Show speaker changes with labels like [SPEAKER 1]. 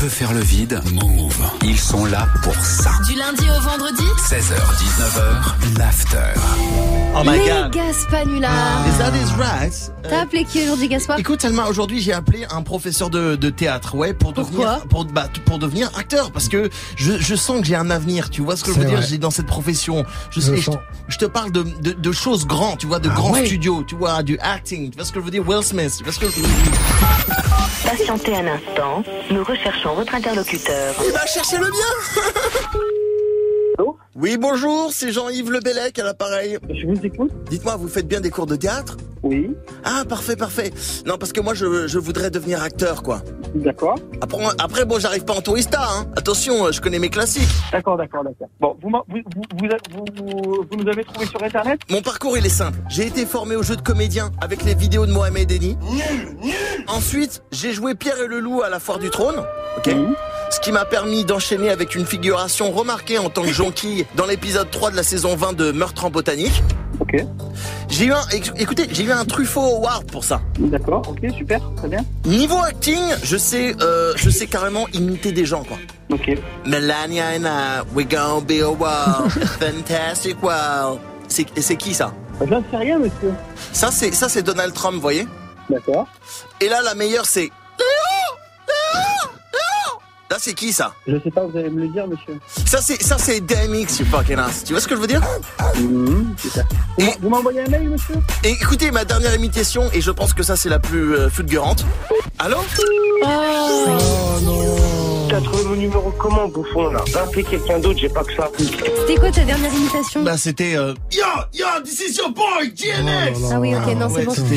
[SPEAKER 1] veut faire le vide, move. Ils sont là pour ça.
[SPEAKER 2] Du lundi au vendredi
[SPEAKER 1] 16h, 19h, l'after.
[SPEAKER 3] Oh my
[SPEAKER 4] Les
[SPEAKER 3] god.
[SPEAKER 4] Gaspanula.
[SPEAKER 3] Is that is right? Euh,
[SPEAKER 4] T'as appelé qui aujourd'hui, Gaspard
[SPEAKER 3] Écoute Salma, aujourd'hui j'ai appelé un professeur de, de théâtre, ouais, pour
[SPEAKER 4] Pourquoi
[SPEAKER 3] devenir pour, bah, t- pour devenir acteur, parce que je, je sens que j'ai un avenir, tu vois ce que je veux
[SPEAKER 5] C'est
[SPEAKER 3] dire,
[SPEAKER 5] vrai.
[SPEAKER 3] j'ai dans cette profession. Je,
[SPEAKER 5] Je
[SPEAKER 3] sais-
[SPEAKER 5] le
[SPEAKER 3] je,
[SPEAKER 5] sens. Ah
[SPEAKER 3] je te parle de, de, de choses grandes, tu vois, de grands
[SPEAKER 5] ouais.
[SPEAKER 3] studios, tu vois, du acting, tu vois ce que je veux dire, Will Smith, tu vois ce que je veux dire.
[SPEAKER 6] Patientez un instant, nous recherchons votre interlocuteur.
[SPEAKER 3] Il va chercher le Eh ben, bien Oui, bonjour, c'est Jean-Yves Lebellec à l'appareil.
[SPEAKER 7] Je vous écoute.
[SPEAKER 3] Dites-moi, vous faites bien des cours de théâtre
[SPEAKER 7] Oui,
[SPEAKER 3] Ah, parfait, parfait. Non, parce que moi, je, je voudrais devenir acteur, quoi.
[SPEAKER 7] d'accord.
[SPEAKER 3] Après, après, bon, j'arrive pas en tourista, hein. Attention, euh, je connais mes classiques.
[SPEAKER 7] D'accord, d'accord, d'accord. Bon, vous, m'a- vous, vous, vous, a- vous, vous- vous nous avez trouvé sur Internet
[SPEAKER 3] Mon parcours, il est simple. J'ai été formé au jeu de comédien avec les vidéos de Mohamed Denis. Ensuite, j'ai joué Pierre et le Loup à la Foire du Trône. Ok.
[SPEAKER 7] Mhm.
[SPEAKER 3] Ce qui m'a permis d'enchaîner avec une figuration remarquée en tant que jonquille dans l'épisode 3 de la saison 20 de Meurtre en botanique.
[SPEAKER 7] Ok.
[SPEAKER 3] J'ai eu un, éc- écoutez, j'ai eu un Truffaut Award pour ça.
[SPEAKER 7] D'accord, ok, super, très bien.
[SPEAKER 3] Niveau acting, je sais, euh, je sais carrément imiter des gens, quoi.
[SPEAKER 7] Ok.
[SPEAKER 3] Melania and I, we gonna be a wow, fantastic wow. C'est et c'est qui ça
[SPEAKER 7] J'en sais rien, monsieur.
[SPEAKER 3] Ça c'est ça c'est Donald Trump, vous voyez
[SPEAKER 7] D'accord.
[SPEAKER 3] Et là la meilleure c'est Léo Léo Léo Là c'est qui ça
[SPEAKER 7] Je sais pas, vous allez me le dire, monsieur.
[SPEAKER 3] Ça c'est ça c'est DMX, you fucking ass. Tu vois ce que je veux dire
[SPEAKER 7] Mhm, super. Vous m'a- Vous m'envoyez un mail, monsieur
[SPEAKER 3] Et écoutez ma dernière imitation et je pense que ça c'est la plus euh, fulgurante. Allô
[SPEAKER 5] Oh non.
[SPEAKER 8] T'as trouvé mon numéro comment, bouffon, là Va appeler quelqu'un d'autre, j'ai pas que ça.
[SPEAKER 4] C'était quoi ta
[SPEAKER 3] Bah,
[SPEAKER 4] dernière imitation
[SPEAKER 3] euh, c'était Yo yo this is your boy
[SPEAKER 5] Oh là
[SPEAKER 3] DMX.
[SPEAKER 5] là.
[SPEAKER 4] Ah oui, ok, non, c'est
[SPEAKER 3] Ouais,
[SPEAKER 4] bon.
[SPEAKER 3] c'était